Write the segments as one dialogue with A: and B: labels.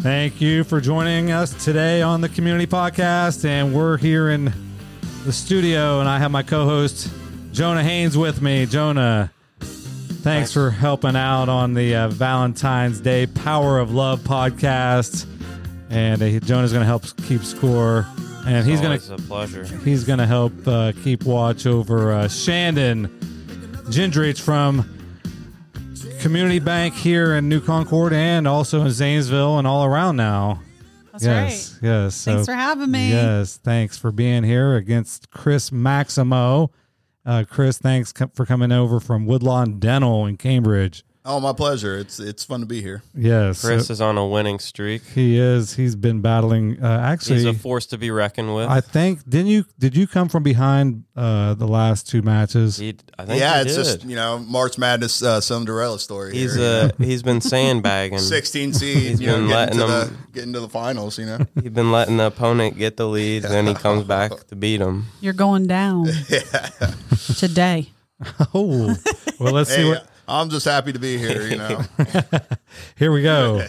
A: Thank you for joining us today on the Community Podcast. And we're here in the studio, and I have my co host, Jonah Haynes, with me. Jonah, thanks, for helping out on the uh, Valentine's Day Power of Love podcast. And uh, Jonah's going to help keep score. And he's going to
B: Always a pleasure.
A: He's going to help uh, keep watch over uh, Shandon Gendrich from Community Bank here in New Concord and also in Zanesville and all around now.
C: That's
A: yes,
C: right.
A: yes. so-
C: Thanks for having me.
A: Yes, thanks for being here against Chris Maximo. Uh, Chris, thanks co- for coming over from Woodlawn Dental in Cambridge.
D: Oh, my pleasure. It's it's fun to be here.
A: Yes,
B: Chris
A: so
B: is on a winning streak.
A: he is. He's been battling. Uh, actually,
B: He's a force to be reckoned with.
A: I think didn't you? Did you come from behind uh, the last two matches?
B: He- I think
D: yeah,
B: he
D: it's
B: did.
D: just you know March Madness uh, Cinderella story.
B: he's
D: here, you know.
B: uh, he's been sandbagging.
D: 16 seed, you know,
B: been
D: getting to
B: letting
D: the getting to the finals. You know,
B: He's been letting the opponent get the lead, then he comes back to beat him.
C: You're going down today.
A: Oh, well, let's see
D: hey, uh,
A: what.
D: I'm just happy to be here. You know,
A: Here we go.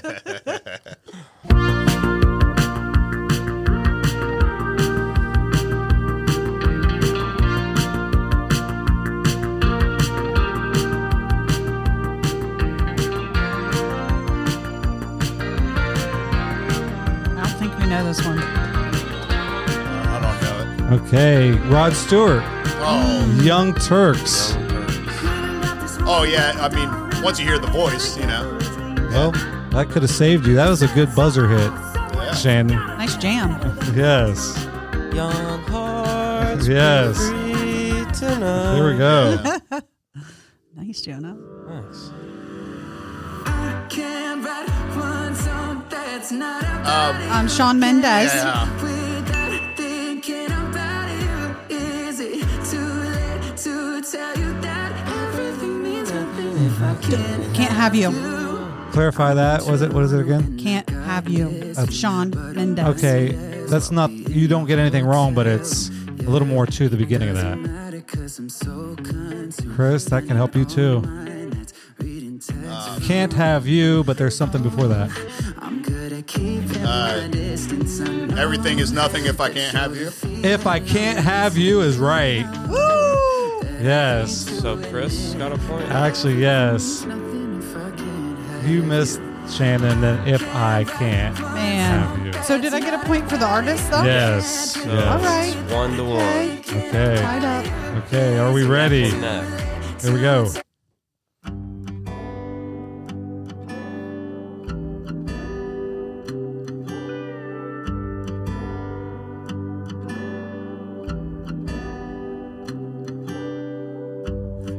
C: I don't think we know this one.
D: I don't know it.
A: Okay, Rod Stewart,
D: Oh,
A: Young Turks.
D: oh yeah. I mean, once you hear the voice, you know,
A: Well, that could have saved you. That was a good buzzer hit,
D: yeah.
A: Shannon.
C: Nice jam.
A: Yes,
B: Young hearts.
A: yes. Here we go.
C: Nice, Jonah.
B: Nice.
E: Can't write one song that's not
D: Um,
C: Um, Sean Mendez.
D: yeah.
E: without thinking about you. Is it too late to tell you that everything means nothing if I can't?
C: Can't have you.
A: Clarify that. Was it? What is it again?
C: Can't have you. Sean Mendez.
A: Oh. Okay, that's not. You don't get anything wrong, but it's a little more to the beginning of that.
E: Matter cause I'm so kind to
A: Chris, that can help you too.
E: mine that's reading text.
A: Can't have you, but there's something before that.
E: I'm good at keeping my distance. I know
D: uh, Everything is nothing if I can't have you.
A: If I can't have you is right. Yes.
B: So Chris got a point.
A: Actually, yes.
E: nothing if I can't have
A: You missed Shannon. Then if I can't have you.
C: Man. So did I get a point for the artist though?
A: Yes.
B: So
A: yes.
C: All right.
B: it's One to one.
C: Okay.
A: Okay.
C: Tied up.
A: Okay. Are we ready?
B: Neck.
A: Here we go.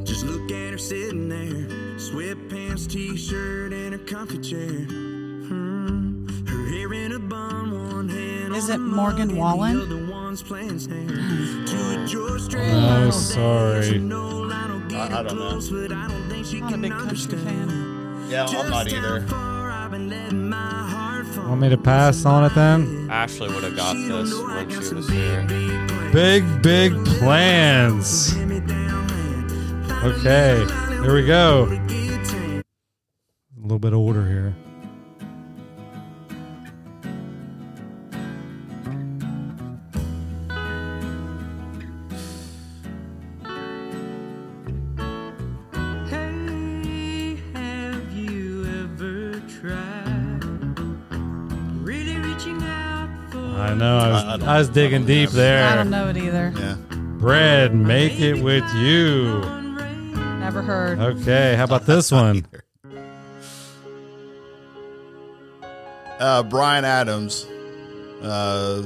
F: Just look at her sitting there, sweatpants, t-shirt, and her comfy chair. Hmm. Her hair in a bun, one hand
C: Is
F: on
C: it
F: a mug,
C: Morgan
F: and the
C: Wallen?
F: other one's playing snare. to a George Strait
A: Oh,
F: line.
A: sorry.
F: No, I don't get
D: I- I
F: her
D: don't know.
F: close, but I don't think she
C: Not a
F: can
C: big country
F: understand.
C: fan.
D: Yeah, I'm not
F: Just how
D: either.
F: far I've been letting my heart fall.
A: Want me to pass on it then?
B: Ashley would have got this when she was here.
A: Big, big plans. Okay. Here we go. A little bit older here.
E: Hey, have you ever tried really reaching out for
A: I know. I was,
D: I- I don't-
A: I was digging
D: I don't
A: deep
D: have-
C: I don't
A: there.
C: know it either.
D: Yeah.
A: Bread, make it with you.
C: Never heard.
A: Okay. How about this one?
D: Uh, Brian Adams. Uh,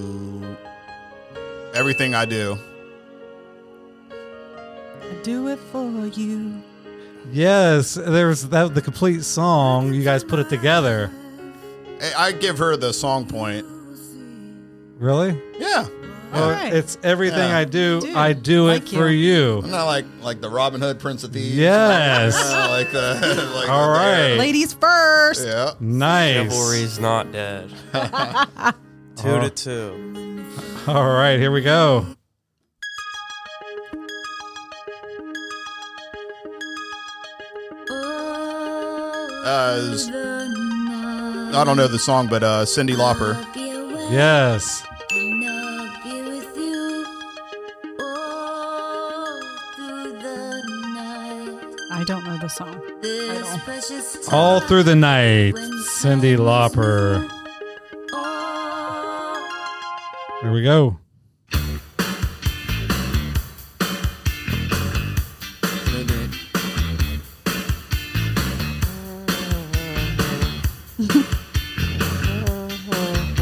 D: everything I do.
C: I do it for you.
A: Yes, there was that was the complete song. You guys put it together.
D: I- I give her the song point.
A: Really?
D: Yeah.
A: Well,
C: right.
A: it's everything
D: Yeah.
A: I do.
C: Dude,
A: I do it
C: like
A: for you.
D: I'm not like like the Robin Hood Prince of Thieves.
A: Yes.
D: Yeah, like the like
A: All
D: the-
A: right.
C: Ladies first.
D: Yeah.
A: Nice.
B: Chivalry's not dead. two
A: Uh-huh.
B: to two.
A: All right, here we go.
D: Uh, s- Uh, I don't know the song, but uh, Cindy Lauper.
A: Yes.
G: I don't know the song.
A: All through the night, Cindy Lauper. Here we go.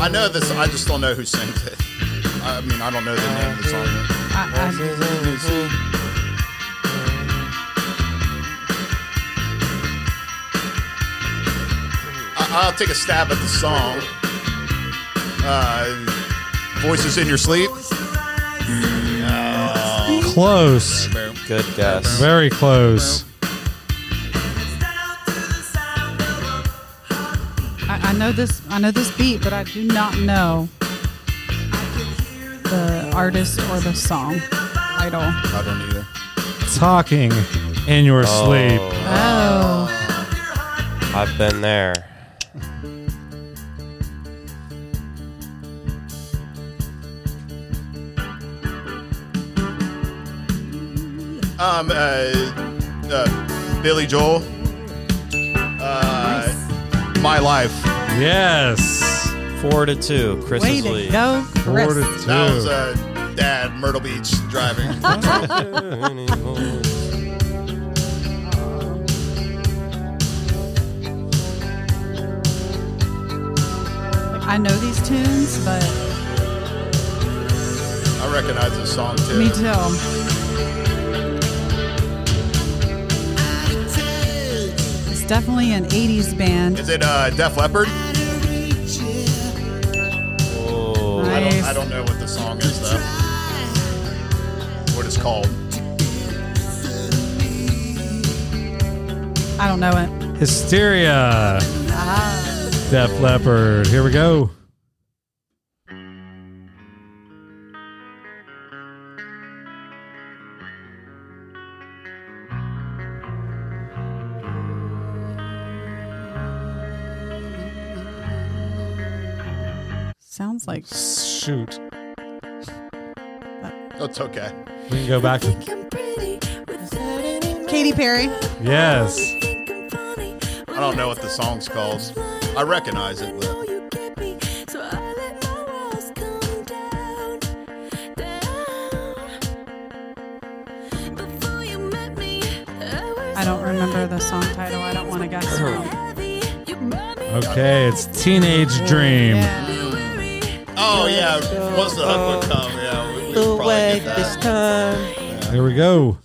D: I know this. I just don't know who sings it. I mean, I don't know the name of the song.
G: I,
D: I, I'll take a stab at the song. Uh, Voices in your sleep.
A: Close.
B: Good guess.
A: Very close.
G: I, I, I know this. I know this beat, but I do not know the artist or the song title.
D: I don't either.
A: Talking in your sleep.
B: Oh,
G: Oh,
B: I've been there.
D: Um, uh, uh, Billy Joel. Uh, My life.
A: Yes.
B: Four to two.
G: way
B: Chris's
G: to
B: lead.
G: go,
A: Four to
G: Chris.
A: two.
D: That was uh, Dad, Myrtle Beach driving.
G: I know these tunes, but
D: I recognize this song too.
G: me too. It's definitely an '80s band.
D: Is it uh, Def Leppard?
B: Oh,
D: I don't,
G: Nice.
D: I don't know what the song is though. What it's called.
G: I don't know it.
A: Hysteria. Def Leppard. Here we go.
G: Sounds like
A: Shoot.
D: That's okay.
A: We can go back. to-
G: Katy Perry.
A: Yes.
D: I don't know what the song's called. I recognize it. But
G: I don't remember the song title. I don't want to guess. wrong.
A: Okay, it's Teenage Dream.
G: Yeah.
D: oh yeah, once the hook would come, yeah, we, we would probably get that.
A: Here we go.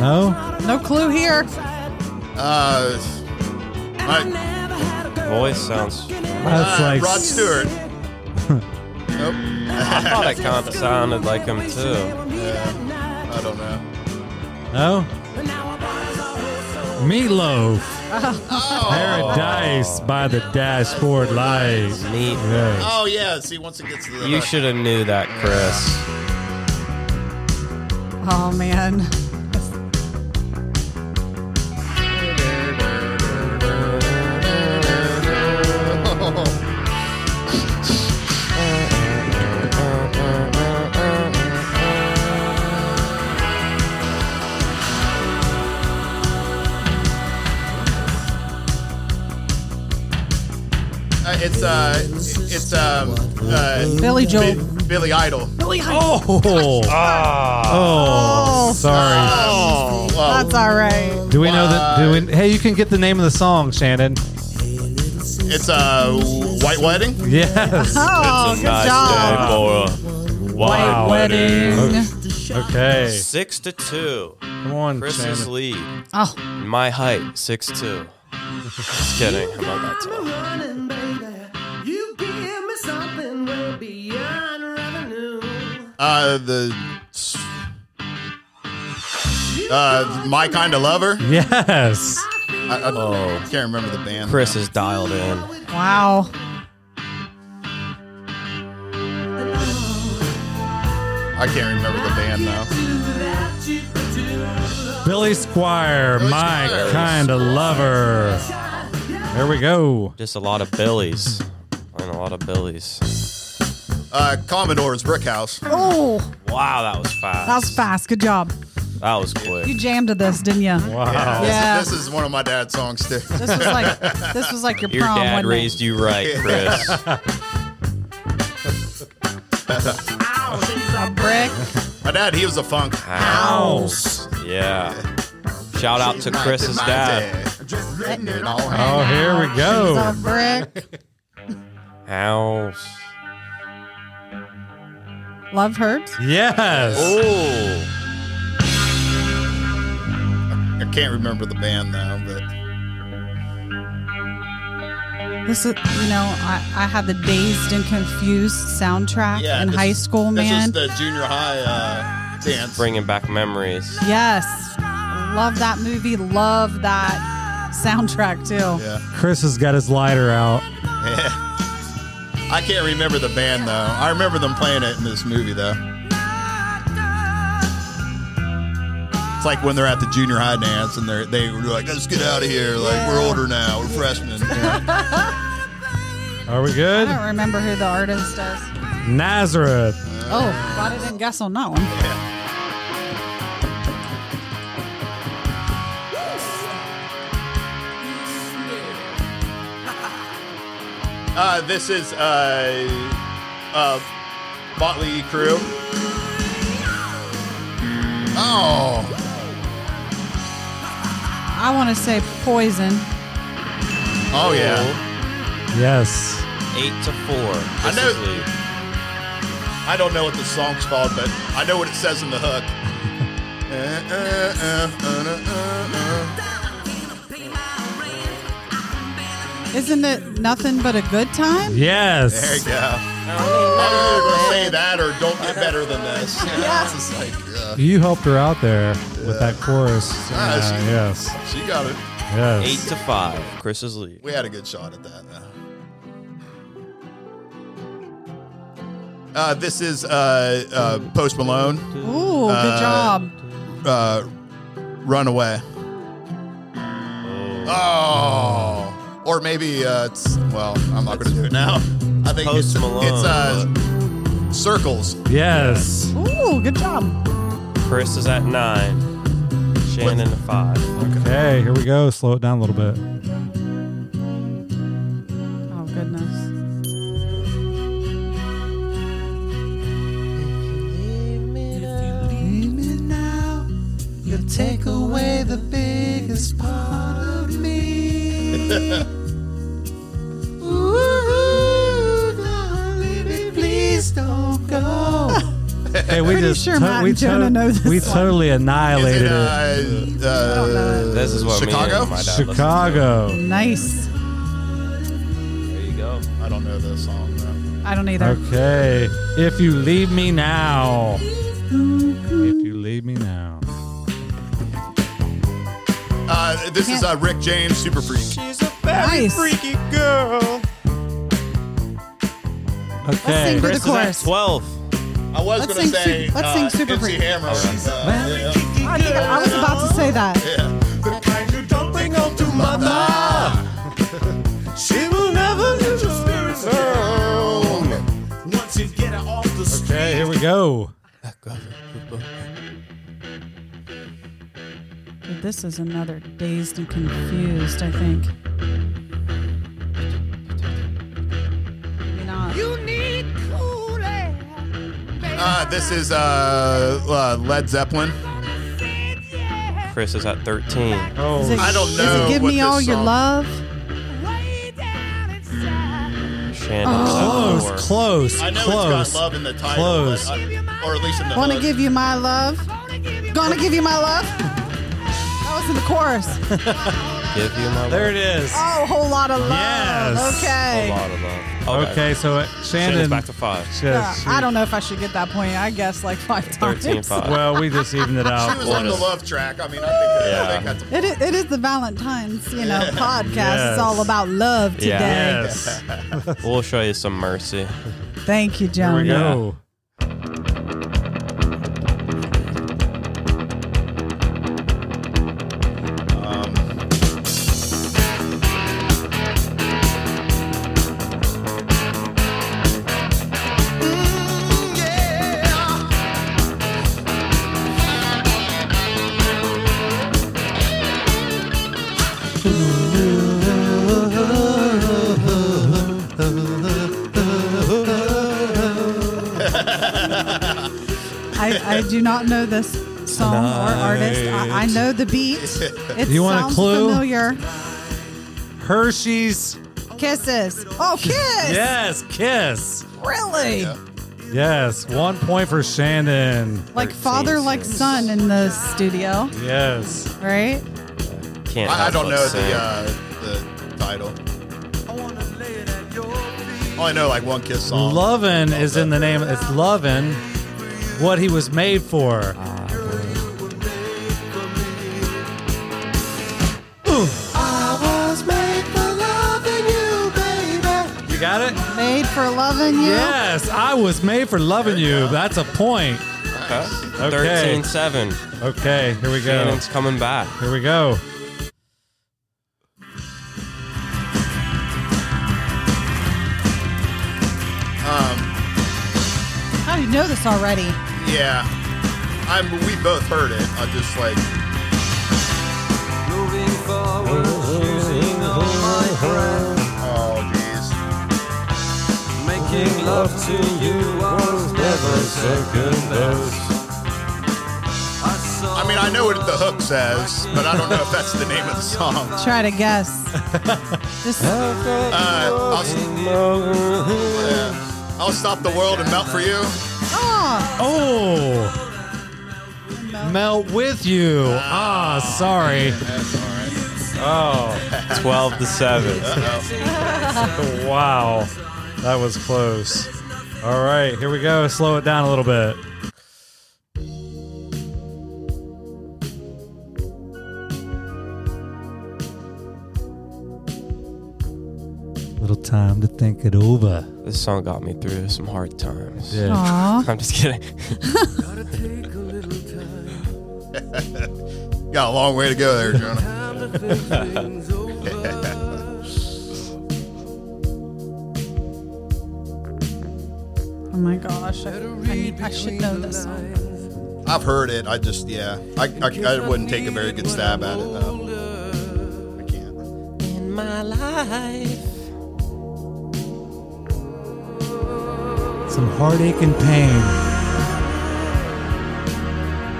A: No?
G: No clue here.
D: Uh, I-
B: voice sounds.
A: That's
D: uh,
A: like
D: Rod Stewart. nope.
B: I thought it kind of sounded like him too.
D: I don't know.
A: No? Meatloaf. Oh.
D: Oh,
A: Paradise by the Dashboard Light.
B: Neat.
A: Yes.
D: Oh yeah, see once it gets to the
B: You should have knew that, Chris.
G: Oh man.
D: Uh, it's uh, it's um, uh,
G: Billy Joel.
D: Bi- Billy Idol. Um,
A: Oh. Oh. Sorry.
D: Oh, well,
G: That's all right.
A: Do we know that? Do we, hey, you can get the name of the song, Shannon.
D: it's uh, White Wedding.
A: Yes.
G: Oh, good job.
A: Wow.
G: Wedding.
A: Okay.
B: Six to two.
A: Come on,
B: Chris's
A: Shannon.
B: lead.
G: Oh,
B: My height, six two. Just kidding. I'm not that tall.
D: Uh, the uh, My Kind of Lover.
A: Yes.
D: I, I can't remember the band.
B: Oh. Chris
D: now.
B: is dialed in.
G: Wow.
D: I can't remember the band now.
A: Billy Squire,
D: Billy
A: my
D: Squire.
A: kind of lover. There we go.
B: Just a lot of Billies. And a lot of Billies.
D: Uh, Commodore's Brickhouse.
G: Oh,
B: Wow, that was fast.
G: that was fast. Good job.
B: That was quick.
G: You jammed to this, didn't you?
B: Uh-huh.
A: Wow.
G: Yeah.
D: This is one of my dad's songs too.
G: This was like this was like your,
B: Your
G: prom.
B: dad
G: wasn't it?
B: raised you right, Chris.
G: a brick.
D: My dad, he was a funk.
B: House. Yeah. Shout out to Chris's
D: My
B: dad.
D: Just letting it all hang.
A: Oh, here we
G: A
A: go.
G: brick.
B: House.
G: Love hurts.
A: Yes.
D: Oh.
B: Ooh.
D: I can't remember the band now, but
G: This is, you know, I, I had the dazed and confused soundtrack
D: yeah.
G: in
D: this
G: high
D: is-
G: school,
D: this
G: man.
D: is the junior high uh, dance.
B: Bringing back memories.
G: yes, love that movie. Love that soundtrack too.
D: Yeah.
A: Chris has got his lighter out.
D: I can't remember the band though. I remember them playing it in this movie though. It's like when they're at the junior high dance and they're they were like, "Let's get out of here! Like we're older now, we're freshmen." Yeah.
A: Are we good?
G: I don't remember who the artist is.
A: Nazareth.
G: Oh, glad I didn't guess on that one.
D: Uh, this is uh, uh, Motley Crew. Oh,
G: I want to say Poison.
D: oh yeah.
A: Yes.
B: Eight to four.
D: I
B: This
D: know-
B: is Lee.
D: I don't know what the song's called, but I know what it says in the hook. Uh, uh, uh, uh, uh, uh.
G: Isn't it nothing but a good time?
D: There you
A: Yes.
D: go. I don't even say that or don't get better than this. Yes. It's like, uh,
A: You helped her out there with that chorus.
D: Ah,
A: Yeah,
D: she-
A: yes.
D: she got it.
B: Eight
A: Yes.
B: to five. Chris is lead.
D: We had a good shot at that. though. Uh, this is uh, uh, Post Malone,
G: Ooh, good
D: Uh,
G: job.
D: uh, Runaway. Oh. Or maybe uh, it's, well, I'm not going to do it now. I think
B: Post
D: it's,
B: Malone.
D: it's uh, Circles.
A: Yes.
G: Ooh, good job.
B: Chris is at nine. Shannon at five.
A: Okay, here we go. Slow it down a little bit.
G: Oh goodness.
A: Hey, we
G: Pretty
A: just
G: sure Matt and
A: we,
G: Jonah know this
A: we
G: one.
A: totally
D: Is
A: annihilated
D: it,
A: it.
D: uh, uh,
B: This is what Me
D: Chicago?
B: and my dad listen to.
A: Chicago.
G: Nice.
B: There you go.
D: I don't know the song, though.
G: I don't either.
A: Okay. If you leave me now. If you leave me now.
D: Uh, this is uh, Rick James, Super Freak.
G: Nice.
A: Okay.
G: sing to
B: Chris is at
G: chorus.
B: twelve.
D: I was
G: Let's
D: going
G: sing
D: to say
G: Sup- let's
D: uh,
G: sing Super
D: MC
G: Freak.
D: Hammer. uh, yeah.
G: I, think I was about to say that.
D: Yeah.
F: The kind you don't bring home to mother. she will never let your spirits down. Once you get her off the street.
A: Okay, here we go.
G: This is another dazed and confused, I think. Maybe not.
D: Uh, this is uh, uh, Led Zeppelin.
B: Chris is at thirteen.
G: Is
A: Oh,
G: it-
D: I don't
G: is
D: know
G: it give
D: what
G: me
D: this
G: all your
D: song-
G: love?
B: Shannon is
A: close,
B: at four.
A: close,
D: I know it's
A: close.
D: got love in the title,
A: Close.
D: but, uh, or at least in the
G: Wanna
D: hook.
G: give you my love? Gonna give you my love? That was in the chorus.
B: give you my
A: There it
B: love.
A: is.
G: Oh, whole lot of love.
A: Yes.
G: Okay.
B: A lot of love.
A: Okay, so uh, Shannon.
B: Shannon's back to five.
G: Yeah,
A: Yes,
G: I don't know if I should get that point. I guess like five times.
B: 13
A: she-
B: five.
A: Well, we just evened it
D: She was
A: out.
D: on the love track. I mean, I think that, I think
B: Yeah.
D: that's
G: It is, it is the Valentine's, you know, podcast.
A: Yes.
G: It's all about love today.
B: Yeah.
A: Yes.
B: We'll show you some mercy.
G: Thank you,
A: Here we
G: Jonah.
A: go.
G: I, I do not know this song or artist. I, I know the beat. It
A: You want a
G: sounds
A: clue?
G: familiar.
A: Hershey's.
G: Kisses. Oh, kiss.
A: Yes, kiss.
G: Really?
A: Yes, one point for Shannon.
G: Like father, like son in the studio,
A: Yes.
G: right?
B: Can't
D: I, I
B: help
D: don't
B: but
D: know
B: sing.
D: the uh, the title. All I know like one kiss song.
A: Lovin' is in the name. It's Lovin'. What he was made for. You got it?
G: Made for loving you.
A: Yes, I was made for loving you. That's a point.
B: Okay.
A: Okay.
B: 13 7.
A: Okay, here we go.
B: Shannon's coming back.
A: Here we go.
G: How do you know this already?
D: Yeah, I'm. We both heard it. I just like. Oh jeez. I mean, I know what the hook says, but I don't know if that's the name of the song.
G: Try to guess. Just
D: Uh, I'll, Yeah. I'll stop the world and melt for you.
G: oh,
A: Oh, melt with you. Ah, sorry.
D: That's all right.
A: Oh,
B: 12 to 7.
A: Wow, that was close. All right, here we go. Slow it down a little bit. Little time to think it over.
B: This song got me through some hard times.
A: Yeah.
G: aw.
B: I'm just kidding.
D: Got a long way to go there, Jonah.
G: Oh my gosh. I, I, I should know this song.
D: I've heard it. I just, yeah. I, I, I wouldn't take a very good stab at it, though. I can't.
B: In my life.
A: Some heartache and pain.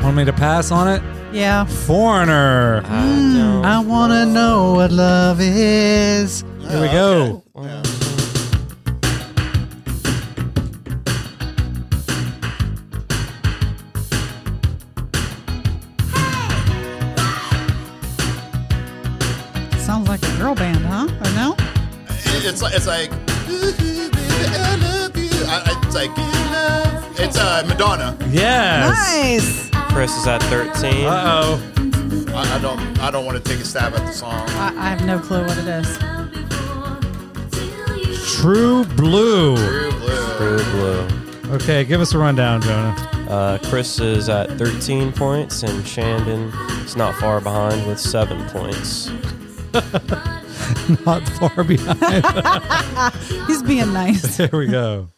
A: Want me to pass on it?
G: Yeah.
A: Foreigner.
B: I don't
A: I wanna know what love is. Here
D: Oh,
A: we go.
G: Sounds like a girl band, huh? Or no?
D: It- It's like, it's like, "Ooh, baby, I love you." I- I- it's like, it's uh, Madonna.
A: Yes.
G: Nice.
B: Chris is at 13.
A: Uh oh.
D: I, I don't, I don't want to take a stab at the song.
G: I, I have no clue what it is.
A: True Blue.
D: True Blue.
B: True blue.
A: Okay, give us a rundown, Jonah.
B: Uh, Chris is at 13 points, and Shandon is not far behind with seven points.
A: Not far behind.
G: He's being nice.
A: there we go.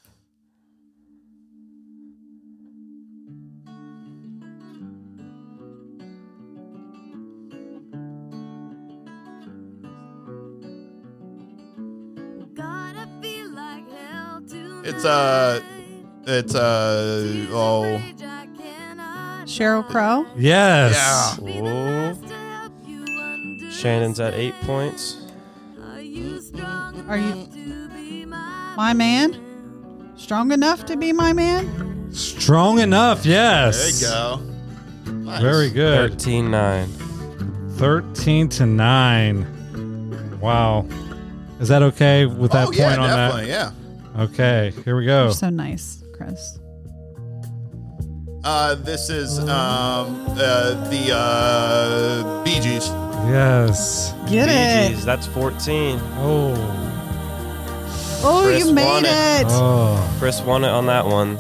D: It's, uh, it's, uh, oh.
G: Cheryl Crow.
A: Yes.
B: Whoa. Shandon's at eight points.
G: Are you my man? Strong enough to be my
A: Oh.
G: man?
A: Strong enough,
D: There you
A: yes.
D: go. Nice.
A: Very good.
B: 13 9.
A: 13 to 9. Wow. Is that okay with that
D: oh,
A: point
D: yeah,
A: on
D: definitely. Yeah.
A: that? Okay, here we go.
G: You're so nice, Chris.
D: Uh, this is um, uh, the uh, Bee Gees.
A: Oh. Yes.
G: Get
B: Bee
G: it.
B: Gees, that's 14.
A: Oh.
G: Oh,
B: Chris
G: you made
B: won it.
G: it.
A: Oh.
B: Chris won it on that one.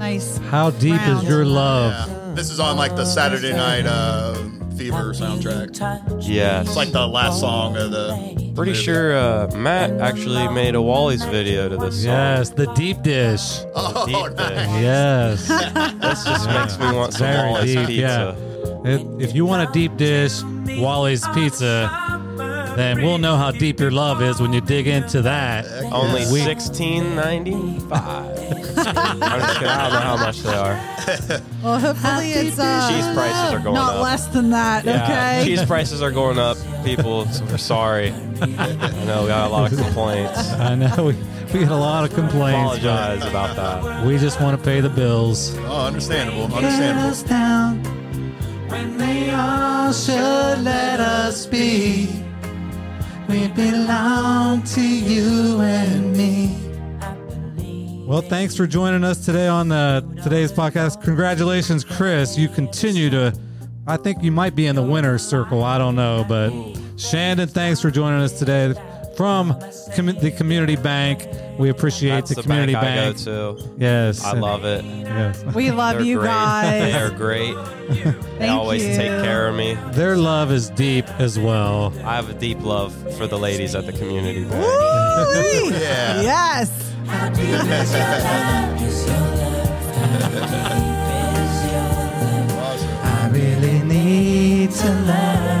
G: Nice.
A: How deep
G: Round.
A: is your love?
D: Yeah. This is on like the Saturday Night uh, Fever soundtrack.
B: Yes.
D: It's like the last song of the.
B: Pretty sure uh, Matt actually made a Wally's video to this song.
A: Yes, the deep dish.
D: Oh,
B: Deep
D: nice.
B: dish.
A: Yes.
B: This just makes me want some
A: Very
B: Wally's
A: deep,
B: pizza.
A: If, if you want a deep dish, Wally's Pizza, then we'll know how deep your love is when you dig into that.
B: Only
A: We-
B: sixteen ninety five. I don't kidding, I don't know how much they are.
G: Well, hopefully it's uh,
B: Cheese prices are going
G: not
B: up.
G: less than that.
B: Yeah,
G: okay.
B: cheese prices are going up. People, so we're sorry. I know we got a lot of complaints.
A: I know we, we get a lot of complaints. but
B: Apologize about that.
A: We just want to pay the bills.
D: Oh, understandable. Understandable.
A: When they all should let us be, we belong to you and me. Well, thanks for joining us today on the today's podcast. Congratulations, Chris. You continue to I think you might be in the winner's circle. I don't know, but Shandon, thanks for joining us today from commu the community bank. We appreciate
B: That's
A: the,
B: the
A: community
B: bank I
A: bank.
B: go to.
A: Yes.
B: I love it.
A: yes.
G: We love
B: They're
G: you
B: great. They are
G: guys.
B: great. They
G: Thank
B: always
G: you.
B: take care of me.
A: Their love is deep as well.
B: I have a deep love for the ladies at the community bank.
G: Woo-wee.
D: Yeah.
G: Yes.
A: I really need to love.